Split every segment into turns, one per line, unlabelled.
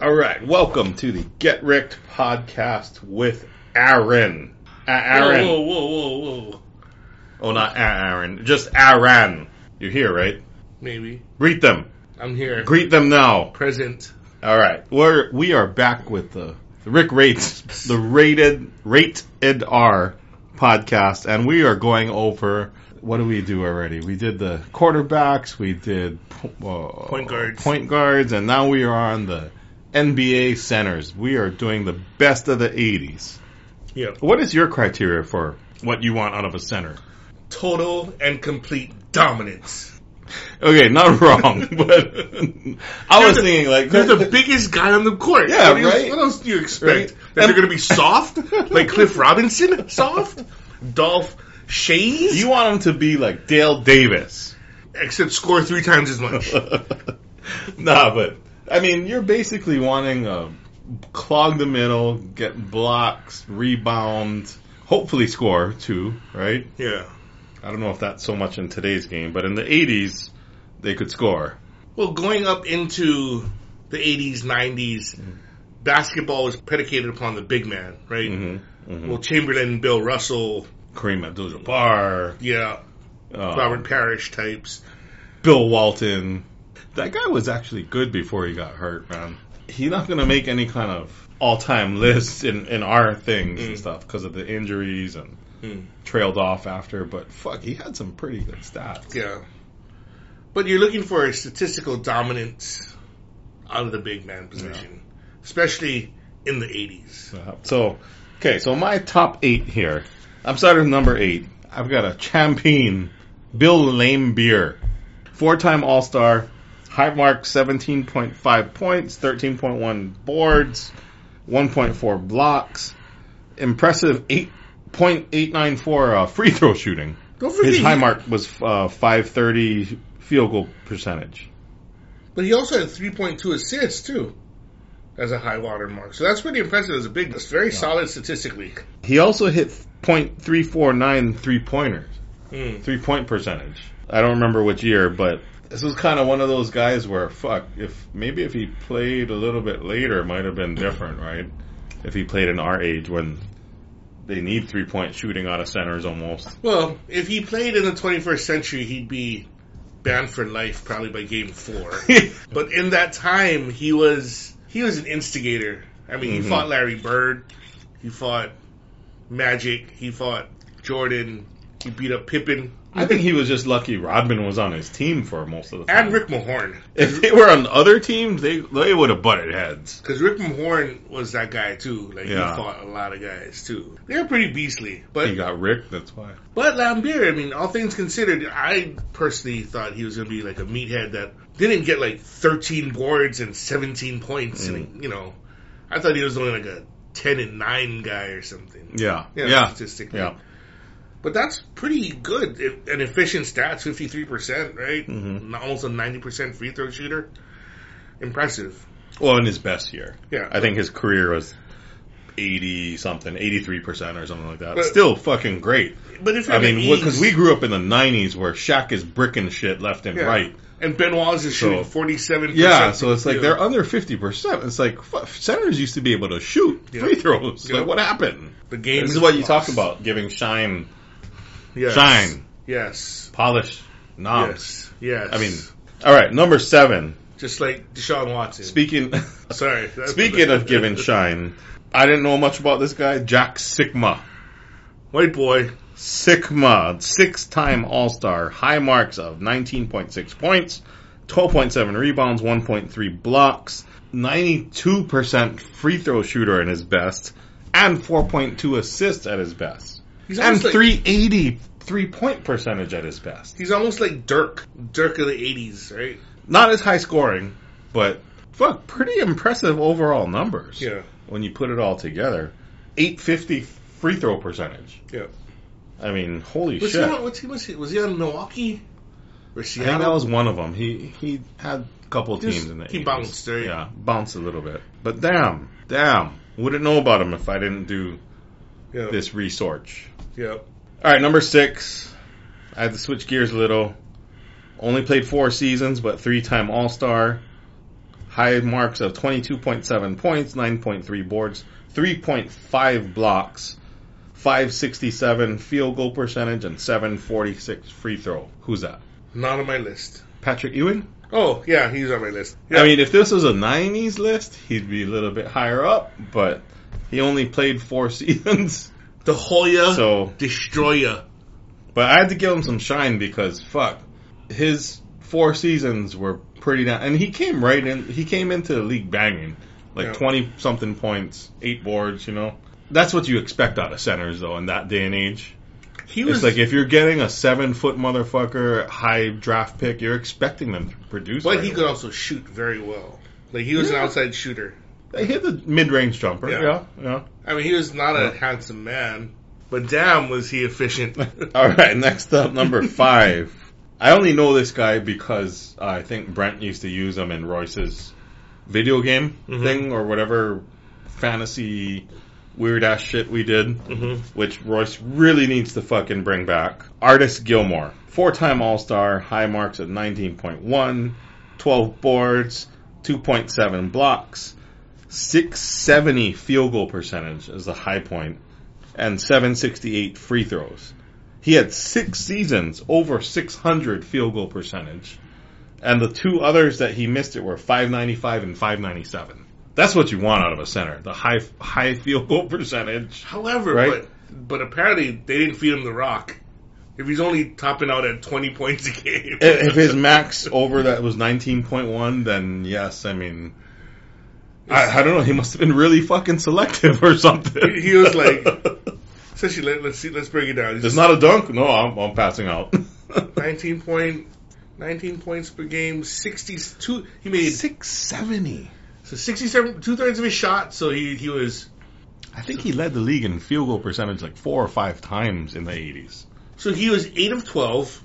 right, welcome to the Get Ricked podcast with Aaron. A- Aaron.
Whoa, whoa, whoa, whoa, whoa.
Oh, not A- Aaron, just Aaron. You're here, right?
Maybe.
Greet them.
I'm here.
Greet them now.
Present.
All right, we're we are back with the, the Rick rates the rated rated R podcast, and we are going over. What do we do already? We did the quarterbacks, we did uh,
Point guards.
point guards, and now we are on the NBA centers. We are doing the best of the '80s.
Yeah.
What is your criteria for what you want out of a center?
Total and complete dominance.
Okay, not wrong, but I was thinking like
They're the biggest guy on the court.
Yeah,
what do you-
right?
What else do you expect?
Right.
That they're going to be soft? like Cliff Robinson? Soft? Dolph Shays?
you want him to be like Dale Davis.
Except score three times as much.
nah, but I mean, you're basically wanting a clog the middle, get blocks, rebound, hopefully score too, right?
yeah.
I don't know if that's so much in today's game, but in the 80s, they could score.
Well, going up into the 80s, 90s, basketball was predicated upon the big man, right?
Mm-hmm.
Well, Chamberlain, Bill Russell,
Kareem Abdul-Jabbar,
yeah,
uh,
Robert Parrish types.
Bill Walton. That guy was actually good before he got hurt, man. He's not going to make any kind of all-time list in, in our things and stuff because of the injuries and
Mm.
trailed off after. But fuck, he had some pretty good stats.
Yeah. But you're looking for a statistical dominance out of the big man position, especially in the 80s.
Uh, So, okay, so my top eight here. I'm starting with number eight. I've got a champion, Bill Laimbeer, four-time All-Star, high mark 17.5 points, 13.1 boards, 1.4 blocks, impressive 8.894 uh, free throw shooting.
Don't forget,
His high
he-
mark was uh, 530 field goal percentage.
but he also had 3.2 assists too, as a high water mark. So that's pretty impressive as a big. That's very solid statistically.
He also hit .349 three-pointers.
Mm.
three point percentage. I don't remember which year, but this was kind of one of those guys where fuck if maybe if he played a little bit later, it might have been different, right? If he played in our age when they need three point shooting out of centers almost.
Well, if he played in the 21st century, he'd be banned for life probably by game four. but in that time, he was he was an instigator. I mean,
Mhm.
he fought Larry Bird, he fought Magic, he fought Jordan, he beat up Pippen
I think he was just lucky Rodman was on his team for most of the time.
and Rick Mahorn
if they were on other teams, they they would have butted heads.
because Rick Mahorn was that guy too. Like
Yeah.
he fought a lot of guys too. They were pretty beastly,
He
but
got Rick, that's why.
But Lambeer, I mean, all things considered, I personally thought he was going to be like a meathead that didn't get like 13 boards and 17 points, and you know, I thought he was only like a 10 and 9 guy or something.
Yeah. Yeah.
You know,
Yeah.
statistically. But that's pretty good If- and efficient stats, 53%, right?
Mhm.
Almost a 90% free throw shooter. Impressive.
Well, in his best year.
Yeah.
I think his career was 80 something, 83% or something like that.
But-
Still fucking great.
But if
I
you're
mean,
the
because
East-
we grew up in the 90s where Shaq is bricking shit left and
Yeah.
right.
and Ben Wallace is
So-
shooting 47%.
Yeah, so it's like
there.
they're under 50%. It's like fu- centers used to be able to shoot
Yeah.
free throws.
Yeah.
Like, what happened?
the game
this is what you
lost.
talk about giving shine,
Yes.
shine,
Yes.
polish, knobs.
Yes. Yes.
I mean, all right, number seven.
just like Deshaun Watson.
Speaking.
Sorry. that's-
Speaking of giving shine, I didn't know much about this guy, Jack Sigma.
white boy,
Sigma, six time All Star, high marks of 19.6 points, 12.7 rebounds, 1.3 blocks, 92% free throw shooter in his best, and 4.2 assists at his best,
he's
and
almost like
380 three point percentage at his best.
he's almost like Dirk, Dirk of the '80s, right?
Not as high scoring, but fuck, pretty impressive overall numbers
Yeah.
when you put it all together. 850 free throw percentage.
Yeah.
I mean, holy
Was
shit.
he on? What's he? Was he? Was he on Milwaukee? Or
I think
Seattle?
that was one of them. He he had a couple of
He was-
teams in the
he
80s.
bounced, right?
Yeah, bounced a little bit. But damn, damn, wouldn't know about him if I didn't do
yeah.
this research.
Yeah.
All right, number six. I had to switch gears a little. Only played four seasons, but three-time All Star, High marks of 22.7 points, 9.3 boards, 3.5 blocks, 567 field goal percentage, and 746 free throw. Who's that?
Not on my list.
Patrick Ewing?
Oh, yeah, he's on my list.
I mean, if this was a 90s list, he'd be a little bit higher up, but he only played four seasons.
the Hoya
So,
Destroyer.
but I had to give him some shine because fuck, his four seasons were pretty down, and he came right in. He came into the league banging,
Yeah.
like twenty something points, eight boards. You know, that's what you expect out of centers though in that day and age.
He
It's
was
like if you're getting a seven foot motherfucker high draft pick, you're expecting them to produce.
but
right
he
away.
could also shoot very well. Like he was an
Yeah.
outside shooter.
They hit the mid range jumper.
Yeah.
Yeah, yeah.
I mean, he was not a
Yeah.
handsome man, but damn, was he efficient.
All right, next up, number five. I only know this guy because I think Brent used to use him in Royce's video game
Mhm.
thing or whatever fantasy weird ass shit we did,
Mhm.
which Royce really needs to fucking bring back. Artist Gilmore, four time All Star, high marks at 19.1, 12 boards, 2.7 blocks, 670 field goal percentage is the high point, and 768 free throws. He had six seasons over 600 field goal percentage. And the two others that he missed it were 595 and 597. That's what you want out of a center, the high high field goal percentage.
However,
Right.
but but apparently they didn't feed him the rock. If he's only topping out at twenty points a game,
If if his max over that was 19.1, then yes, I mean, I, I don't know. He must have been really fucking selective or something.
He- he was like- especially let, let's see, let's break it down.
"It's not a dunk." No, I'm, I'm passing out.
19 point, 19 points per game, 62. He made
Six seventy.
so 67, two thirds of his shot. So he, he was,
I think he led the league in field goal percentage like four or five times in the 80s.
so he was 8 of 12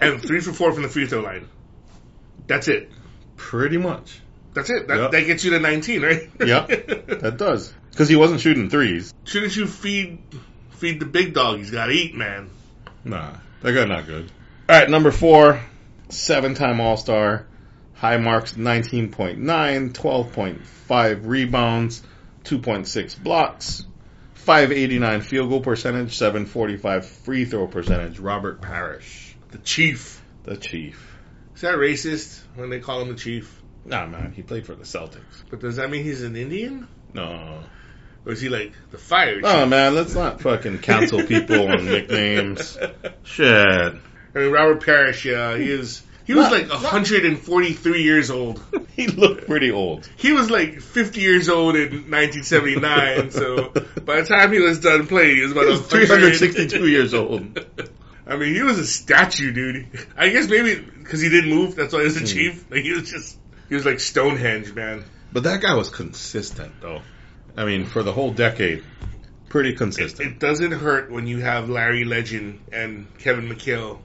and 3 for 4 from the free throw line. That's it.
Pretty much.
That's it. That,
Yeah.
that gets you to 19, right?
Yeah. That does. Because he wasn't shooting threes.
Shouldn't you feed, feed the big dog? He's got to eat, man.
Nah, that got not good. All right, number four, seven time All Star. High marks 19.9, 12.5 rebounds, 2.6 blocks, 589 field goal percentage, 745 free throw percentage. Robert Parrish,
The chief.
the Chief.
Is that racist when they call him the chief?
Nah, man, he played for the Celtics.
But does that mean he's an Indian?
No.
Or is he like the fire chief?
Oh, man, let's not fucking cancel people on nicknames. Shit.
I mean, Robert Parrish, yeah, he is. He was
Not-
like
not-
143 years old.
He looked pretty old.
He was like 50 years old in 1979. so by the time he was done playing, he was about
He was
100.
362 years old.
I mean, he was a statue, dude. I guess maybe because he didn't move, that's why he was
Hmm.
a chief. Like he was just, he was like Stonehenge, man.
But that guy was consistent, though. I mean, for the whole decade, pretty consistent.
It doesn't hurt when you have Larry Legend and Kevin McHale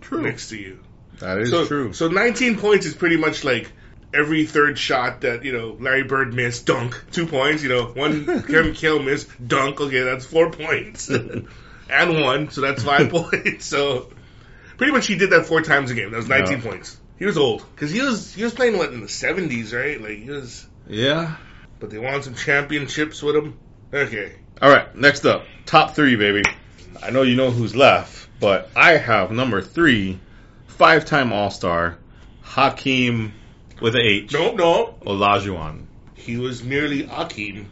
True.
next to you.
That is
so,
true.
So 19 points is pretty much like every third shot that, you know, Larry Bird missed, dunk. Two points, you know, one Kevin Kill missed, dunk. Okay, that's four points. and one, so that's five points. So pretty much he did that four times a game. That was 19
Yeah.
points. He was old because he was he was playing what in the 70s, right? Like he was,
Yeah.
but they won some championships with him. Okay,
All right, next up, top three, baby. I know you know who's left, but I have number three, five-time All-Star, Hakeem with a H,
no, no,
Olajuwon.
he was merely Akeem.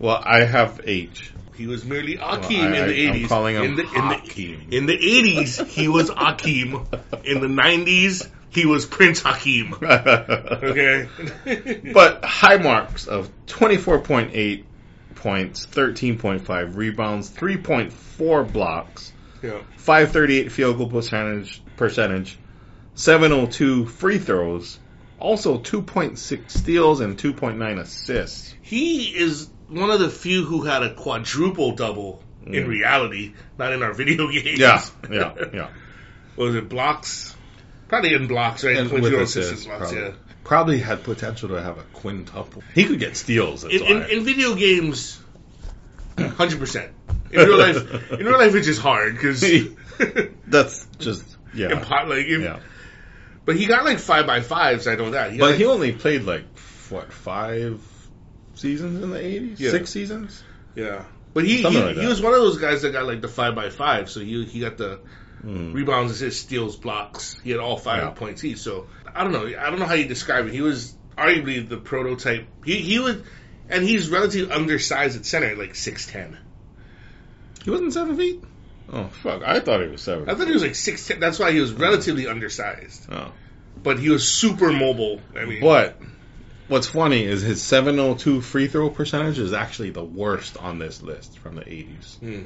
Well, I have H.
He was merely
Well,
Akeem
I-
in
I-
the
I'm
eighties.
calling him
in the,
Hakeem.
in the eighties, he was Akeem. In the nineties, he was Prince Hakeem. Okay.
But high marks of 24.8 points, 13.5 rebounds, 3.4 blocks,
yeah.
538 field goal percentage, percentage 702 free throws, also 2.6 steals and 2.9 assists.
he is one of the few who had a quadruple double in
Mm.
reality, not in our video games.
yeah, yeah.
What was it blocks? Probably in blocks, right?
And
Point
with
zero
assists,
assistance blocks,
probably.
yeah.
Probably had potential to have a quintuple. He could get steals. That's
In, in,
why.
in video games, hundred percent. In real life, in real life, it's just hard because.
That's just yeah.
impo- like if,
Yeah.
But he got like five by fives. I know that. He got,
But
like,
he only played like what five seasons in the eighties?
Yeah.
Six seasons?
yeah. But he he,
Something like
he
that.
was one of those guys that got like the five by five. So he he got the
Mm.
rebounds, assists, steals, blocks. He had all five
Yeah.
points each. So I don't know. I don't know how you describe it. He was arguably the prototype. He he was, and he's relatively undersized at center, like six ten.
He wasn't seven feet. Oh fuck! I thought he was seven.
I thought he was like six ten. That's why he was relatively undersized.
Oh.
But he was super mobile. I mean,
But what's funny is his 702 free throw percentage is actually the worst on this list from the 80s.
Hmm.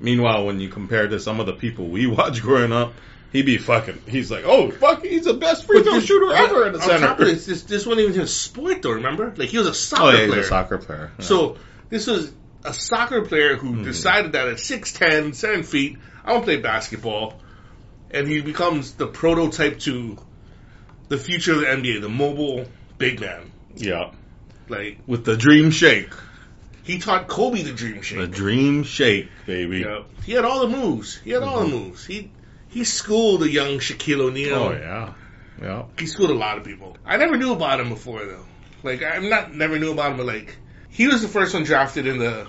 Meanwhile, when you compare to some of the people we watched growing up, he'd be fucking. He's like, oh fuck, he's the best free
But
throw
this-
shooter
but
ever in the
on top of
center.
this, this, this wasn't even his sport, though. Remember, like he was a soccer
Oh yeah, he's
player.
a soccer player. Yeah. Hmm.
So this was a soccer player who decided that at 6'10", 7 feet, I'm gonna play basketball, and he becomes the prototype to the future of the NBA, the mobile big man.
yeah,
Like
with the dream shake,
he taught Kobe the dream
the
shape.
dream shake, baby.
Yeah. He had all the moves. He had all the moves. He he schooled a young Shaquille O'Neal.
Oh yeah, yeah.
He schooled a lot of people. I never knew about him before though. Like I'm not never knew about him, but like he was the first one drafted in the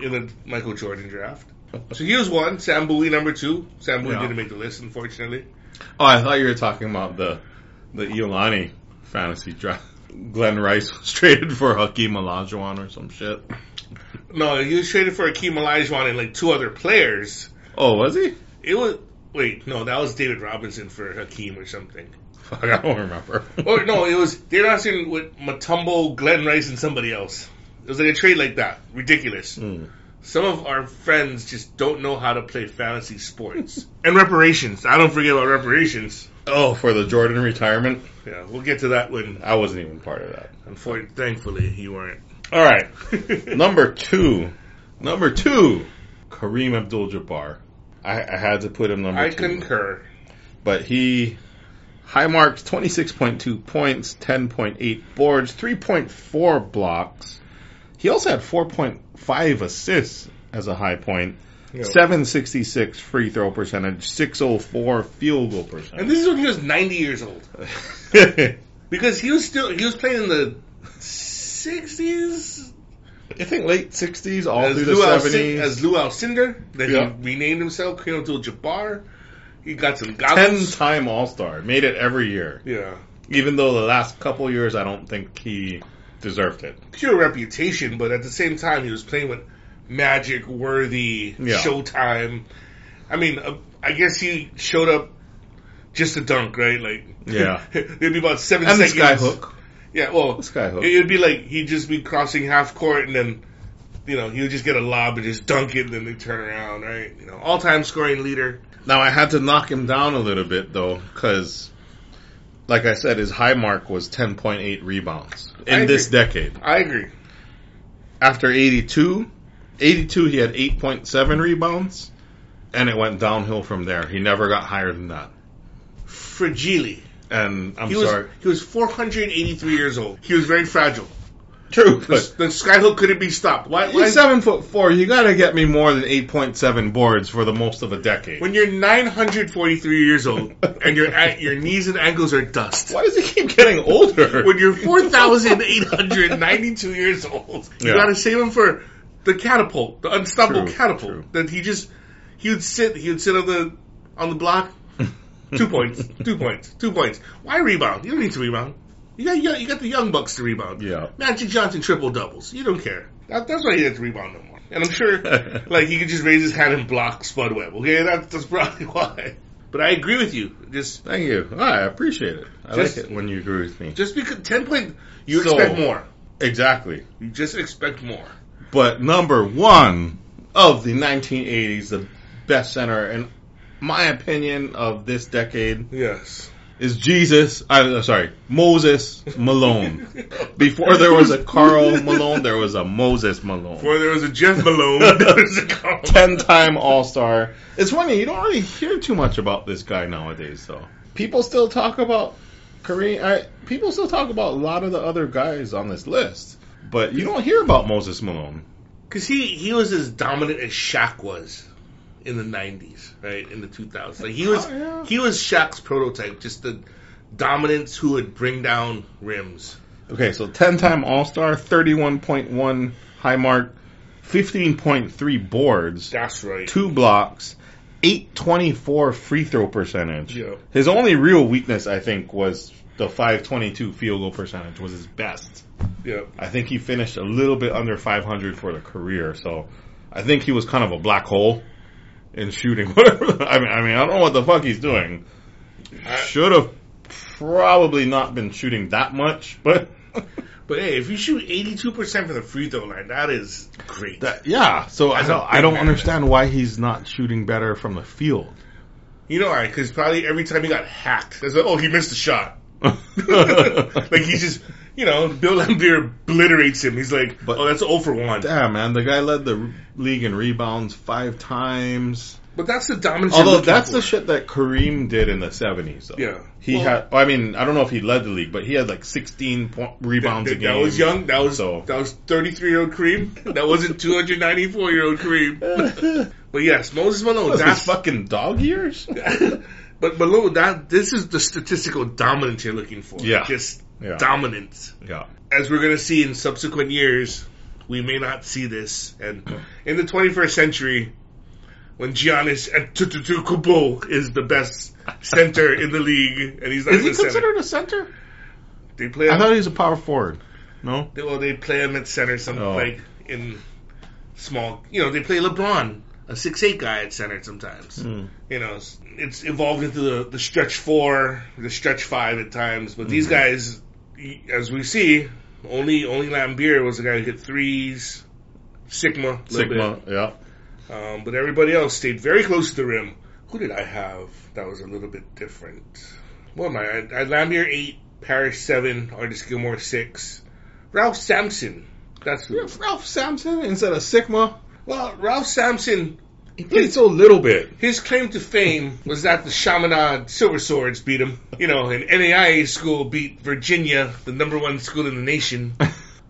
in the Michael Jordan draft. So he was one. Sam Bowie number two. Sam Bowie
Yeah.
didn't make the list, unfortunately.
Oh, I thought you were talking about the the Iolani fantasy draft. Glenn Rice was traded for Hakeem Olajuwon or some shit.
No, he was traded for Akeem Olajuwon and like two other players.
Oh, was he?
It was wait, no, that was David Robinson for Hakeem or something.
Fuck, I don't remember.
Or no, it was David Robinson with Matumbo, Glenn Rice, and somebody else. It was like a trade like that. Ridiculous.
Hmm.
Some of our friends just don't know how to play fantasy sports. and reparations. I don't forget about reparations.
Oh, for the Jordan retirement,
Yeah, we'll get to that when,
I wasn't even part of that.
unfortunately, thankfully, you weren't.
All right, number two, number two, Kareem Abdul-Jabbar. I, I had to put him number
I
two,
concur.
but he high marks twenty six point two points, ten point eight boards, three point four blocks. He also had four point five assists as a high point. 766 free throw percentage, 604 field goal
And
percentage.
this is when he was 90 years old. Because he was still, he was playing in the 60s
I think late 60s, all
as
through the
Lou, Alcin-
70s.
as Lou Alcindor. Then
Yeah.
he renamed himself Kareem Abdul-Jabbar. He got some
10
goggles.
time All Star. Made it every year.
Yeah.
Even though the last couple years, I don't think he deserved it.
pure reputation, but at the same time, he was playing with Magic, Worthy,
Yeah.
Showtime. I mean, uh, I guess he showed up just to dunk, right? Like,
Yeah.
it'd be about seven
And the
seconds.
skyhook.
Yeah, well,
The skyhook.
it'd be like he'd just be crossing half court, and then you know he would just get a lob and just dunk it, and then they turn around, right? You know, all-time scoring leader.
Now, I had to knock him down a little bit, though, because, like I said, his high mark was 10.8 rebounds
I
in this
agree.
decade.
I agree.
After 82, 82, he had 8.7 rebounds, and it went downhill from there. He never got higher than that.
Fragile.
And I'm
He
sorry.
was he was 483 years old. He was very fragile.
True,
The,
but
the skyhook couldn't be stopped. Why? why
He's seven foot four. You got to get me more than eight point seven boards for the most of a decade.
When you're 943 years old and your at, your knees and ankles are dust.
Why does he keep getting older?
When you're 4,892 years old, you
Yeah.
gotta save him for the catapult, the unstoppable
True,
catapult.
true.
That he just he would sit he would sit on the on the block. Two points, two points, two points. Why rebound? You don't need to rebound. You got young, you got the young bucks to rebound.
Yeah.
Magic Johnson triple doubles. You don't care. That, that's why he didn't rebound no more. And I'm sure, like, he could just raise his hand and block Spud Webb. Okay, that, that's probably why. But I agree with you. Just
Thank you. Ah, I appreciate it. I
Just-
like it when you agree with me.
just because ten point, you
So-
expect more.
exactly.
You just expect more.
But number one of the 1980s, the best center, in my opinion of this decade
Yes.
is Jesus. I, am sorry, Moses Malone. Before there was a Carl Malone, there was a Moses Malone.
Before there was a Jeff Malone, there was a Carl.
Ten-time All-Star. It's funny you don't really hear too much about this guy nowadays, though. People still talk about Kareem. I, people still talk about a lot of the other guys on this list, but you don't hear about Moses Malone.
Because he he was as dominant as Shaq was. in the '90s, right in the 2000s. Like he was
Oh, yeah.
he was Shaq's prototype, just the dominance who would bring down rims.
Okay, so 10 time All Star, 31.1 high mark, 15.3 boards,
That's right.
two blocks, 824 free throw percentage.
Yeah.
His only real weakness, I think, was the 522 field goal percentage was his best.
Yeah.
I think he finished a little bit under 500 for the career, so I think he was kind of a black hole in shooting. Whatever. I mean, I mean, I don't know what the fuck he's doing.
I-
Should have probably not been shooting that much, but
but hey, if you shoot 82 percent from the free throw line, that is great.
that, yeah. So I
That's a
don't,
big
I don't
man.
understand why he's not shooting better from the field.
you know why? Because probably every time he got hacked, that's like, oh, he missed a shot. like
like
he's just, you know, Bill Lambier obliterates him. He's like,
But-
oh, that's 0 for one.
damn man, the guy led the r- league in rebounds five times.
but that's the dominance. you're
Although
looking
that's
for.
the shit that Kareem did in the seventies. Though.
Yeah.
he
Well-
had. I mean, I don't know if he led the league, but he had like sixteen point rebounds
that,
a
that
game.
was young. That was
so.
that was 33 year old Kareem. That wasn't 294 year old Kareem. but yes, Moses Malone.
That's
That's
fucking dog years.
but Malone. That this is the statistical dominance you're looking for.
Yeah.
just
Yeah.
dominance.
yeah,
As we're gonna see in subsequent years, we may not see this. And in the 21st century, when Giannis Antetokounmpo is the best center in the league, and he's not
is
even
he
a center,
considered a center?
they play.
I thought he was a power forward. No,
They, well, they play him at center, something
Oh.
like in small. You know, they play LeBron, a six eight guy at center sometimes.
Hmm. Mm,
You know, it's- it's evolved into the, the stretch four, the stretch five at times. But these
Mhm.
guys, y- as we see, only only Lambier was the guy who hit threes, Sigma, a little
Sigma. Yeah,
bit. Um, but everybody else stayed very close to the rim. Who did I have that was a little bit different? What am I? I, I had Lambier eight, Parrish seven, Artis Gilmore six, Ralph Sampson. That's who.
Yeah, Ralph Sampson instead of Sigma.
Well, Ralph Sampson,
He played so little bit.
his claim to fame was that the Chaminade Silver Swords beat him. You know, an NAIA school beat Virginia, the number one school in the nation.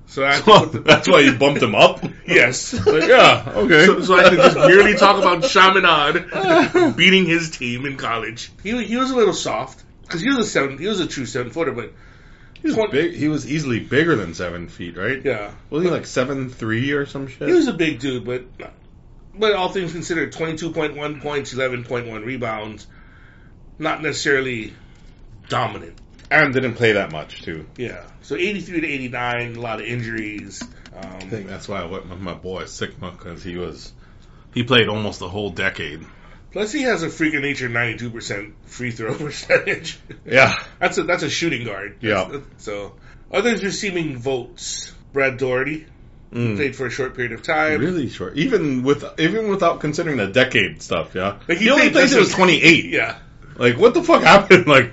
So I
So that's why you bumped him up.
Yes.
Like, yeah. Okay.
So, so I can just merely talk about Chaminade beating his team in college. He, he was a little soft because he was a seven. He was a true seven footer, but
He was big. He was easily bigger than seven feet, right?
yeah,
Wasn't he like seven three or some shit?
he was a big dude. But but all things considered, twenty two point one points, eleven point one rebounds, not necessarily dominant.
and didn't play that much too.
Yeah. So 83 to 89, a lot of injuries. Um,
I think that's why I went with my boy Sigma because he was he played almost the whole decade.
plus, he has a freak of nature 92% free throw percentage.
Yeah,
that's a that's a shooting guard.
Yeah.
That's- so others receiving votes. Brad Doherty played for a short period of time.
Hmm. Mm. really short. Even with even without considering the decade stuff, yeah.
Like,
he,
he
only
played
played
just
till he was
as-
twenty eight.
Yeah.
Like what the fuck happened? Like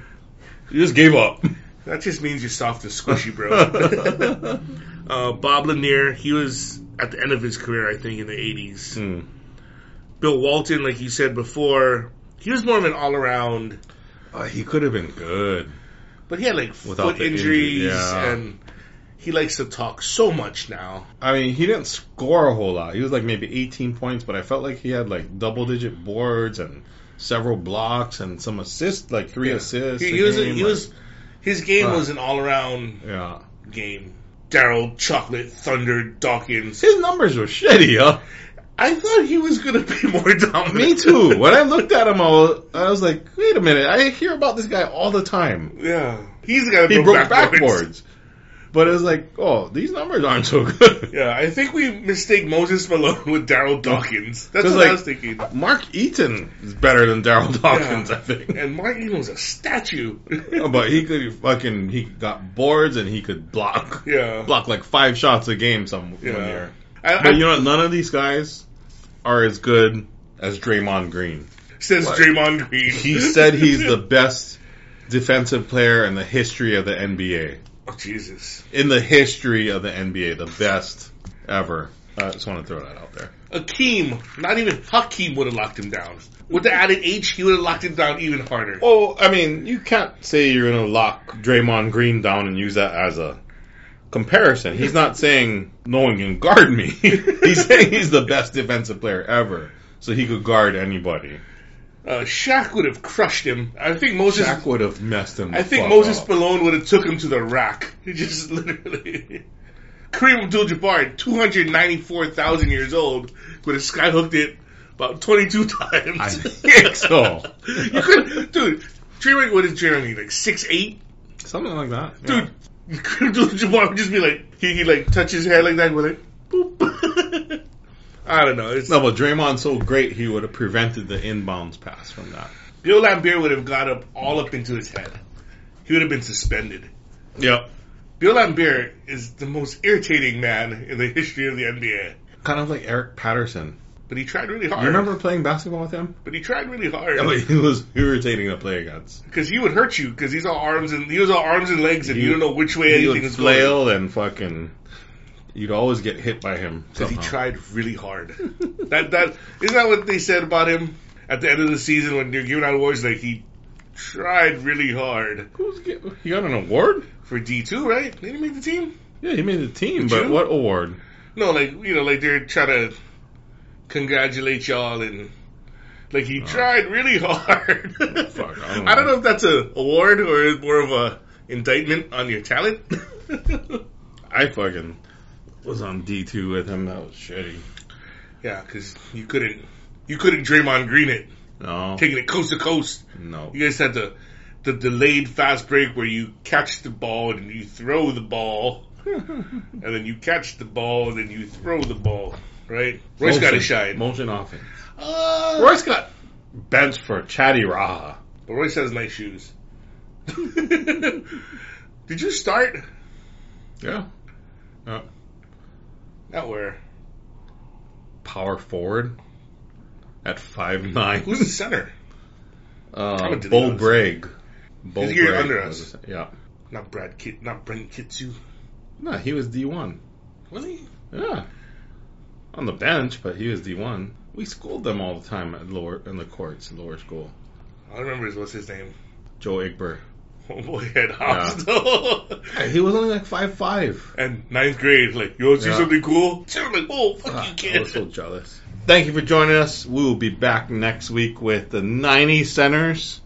you just gave up.
That just means you're soft and squishy, bro. uh, Bob Lanier, he was at the end of his career, I think, in the 80s.
Hmm.
Bill Walton, like you said before, he was more of an all-around
Uh, he could have been good.
But he had like
Without
foot
the
injuries,
injury, yeah.
and he likes to talk so much now.
I mean, he didn't score a whole lot. He was like maybe 18 points, but I felt like he had like double digit boards and several blocks and some assists, like three assists.
He,
a
he was
game,
he
like-
was his game
Huh.
was an all around
yeah.
game. Daryl Chocolate Thunder Dawkins.
His numbers were shitty, huh?
I thought he was gonna be more dominant.
Me too. When I looked at him, I was, I was like, wait a minute. I hear about this guy all the time.
yeah, he's got to
He
go
broke backboards.
backwards.
But it was like, oh, these numbers aren't so good.
Yeah, I think we mistake Moses Malone with Daryl Dawkins. That's
'Cause,
what
like,
I was thinking.
Mark Eaton is better than Daryl Dawkins, I think. Um,
And Mark Eaton was a statue.
But he could fucking, he got boards and he could block.
yeah,
Block like five shots a game some
Yeah.
one year.
I, I,
But you know what? None of these guys are as good as Draymond Green.
says
what?
Draymond Green.
He said he's the best defensive player in the history of the NBA.
oh, Jesus.
In the history of the NBA, the best ever. I just want to throw that out there.
Akeem, not even Hakeem would have locked him down. With the added H, he would have locked him down even harder.
Well, I mean, you can't say you're going to lock Draymond Green down and use that as a comparison. He's not saying no one can guard me. he's saying he's the best defensive player ever. so he could guard anybody.
Uh, Shaq would have crushed him. I think Moses.
Shaq would have messed him.
I
the
think
fuck
Moses
up.
Malone would have took him to the rack. He just literally. Kareem Abdul-Jabbar, 294,000 years old, would have skyhooked it about 22 times.
I think so.
you could, dude. Draymond, what is Draymond? Like six eight,
Something like that, yeah.
dude. Kareem Abdul-Jabbar would just be like, he, he like touch his head like that, and we're like, boop. I don't know. It's,
No, but Draymond's so great, he would have prevented the inbounds pass from that.
Bill Lambert would have got up all up into his head. He would have been suspended.
Yep.
Bill Lambert is the most irritating man in the history of the NBA.
Kind of like Eric Patterson.
But he tried really
You
hard.
remember playing basketball with him?
But he tried really
Yeah, but
hard
he was irritating to play against.
because he would hurt you because he's all arms and he was all arms and legs and
He-
you don't know which way
He
anything
would
is going.
flail and fucking. You'd always get hit by him.
Because he
somehow.
tried really hard. that that isn't that what they said about him at the end of the season when they're giving out awards like he tried really hard
Who's get, he got an award?
for D two right? Did he make the team?
Yeah, he made the team,
Did
but
you?
what award?
No, like you know, like they're trying to congratulate y'all and like he tried really hard.
fuck,
I,
I
don't
don't
know if that's a award or more of a indictment on your talent.
I fucking was on D two with him. That was shitty.
yeah, because you couldn't you couldn't Draymond Green it,
No,
taking it coast to coast.
no.
You guys had the the delayed fast break where you catch the ball and you throw the ball, and then you catch the ball and then you throw the ball. Right? Royce got to
Motion-
shine.
Motion offense.
Uh,
Royce got benched for Chatty Raha.
But Royce has nice shoes. Did you start?
Yeah,
Not where.
power forward at five nine.
Who's the center?
Uh,
gonna do the
Bo
honest.
Bragg. Bo
He's a year
Bragg
under
was- Yeah.
Not Brad Kit. Not Brent Kitsu.
No, he was D one.
Was he?
Yeah. On the bench, but he was D one. We schooled them all the time at lower in the courts, lower school.
I remember his, what's his name.
Joe Igber.
Homeboy had hops though.
He was only like five five.
and ninth grade, like, you want to see
Yeah.
something cool? So I'm like, oh, fuck you,
Ah, I
kid.
was so jealous. Thank you for joining us. We will be back next week with the 90 centers.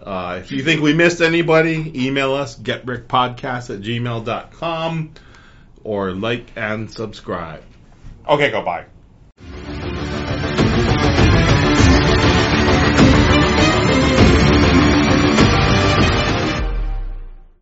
Uh, if you think we missed anybody, email us getbrickpodcast at gmail.com or like and subscribe. Okay, go bye.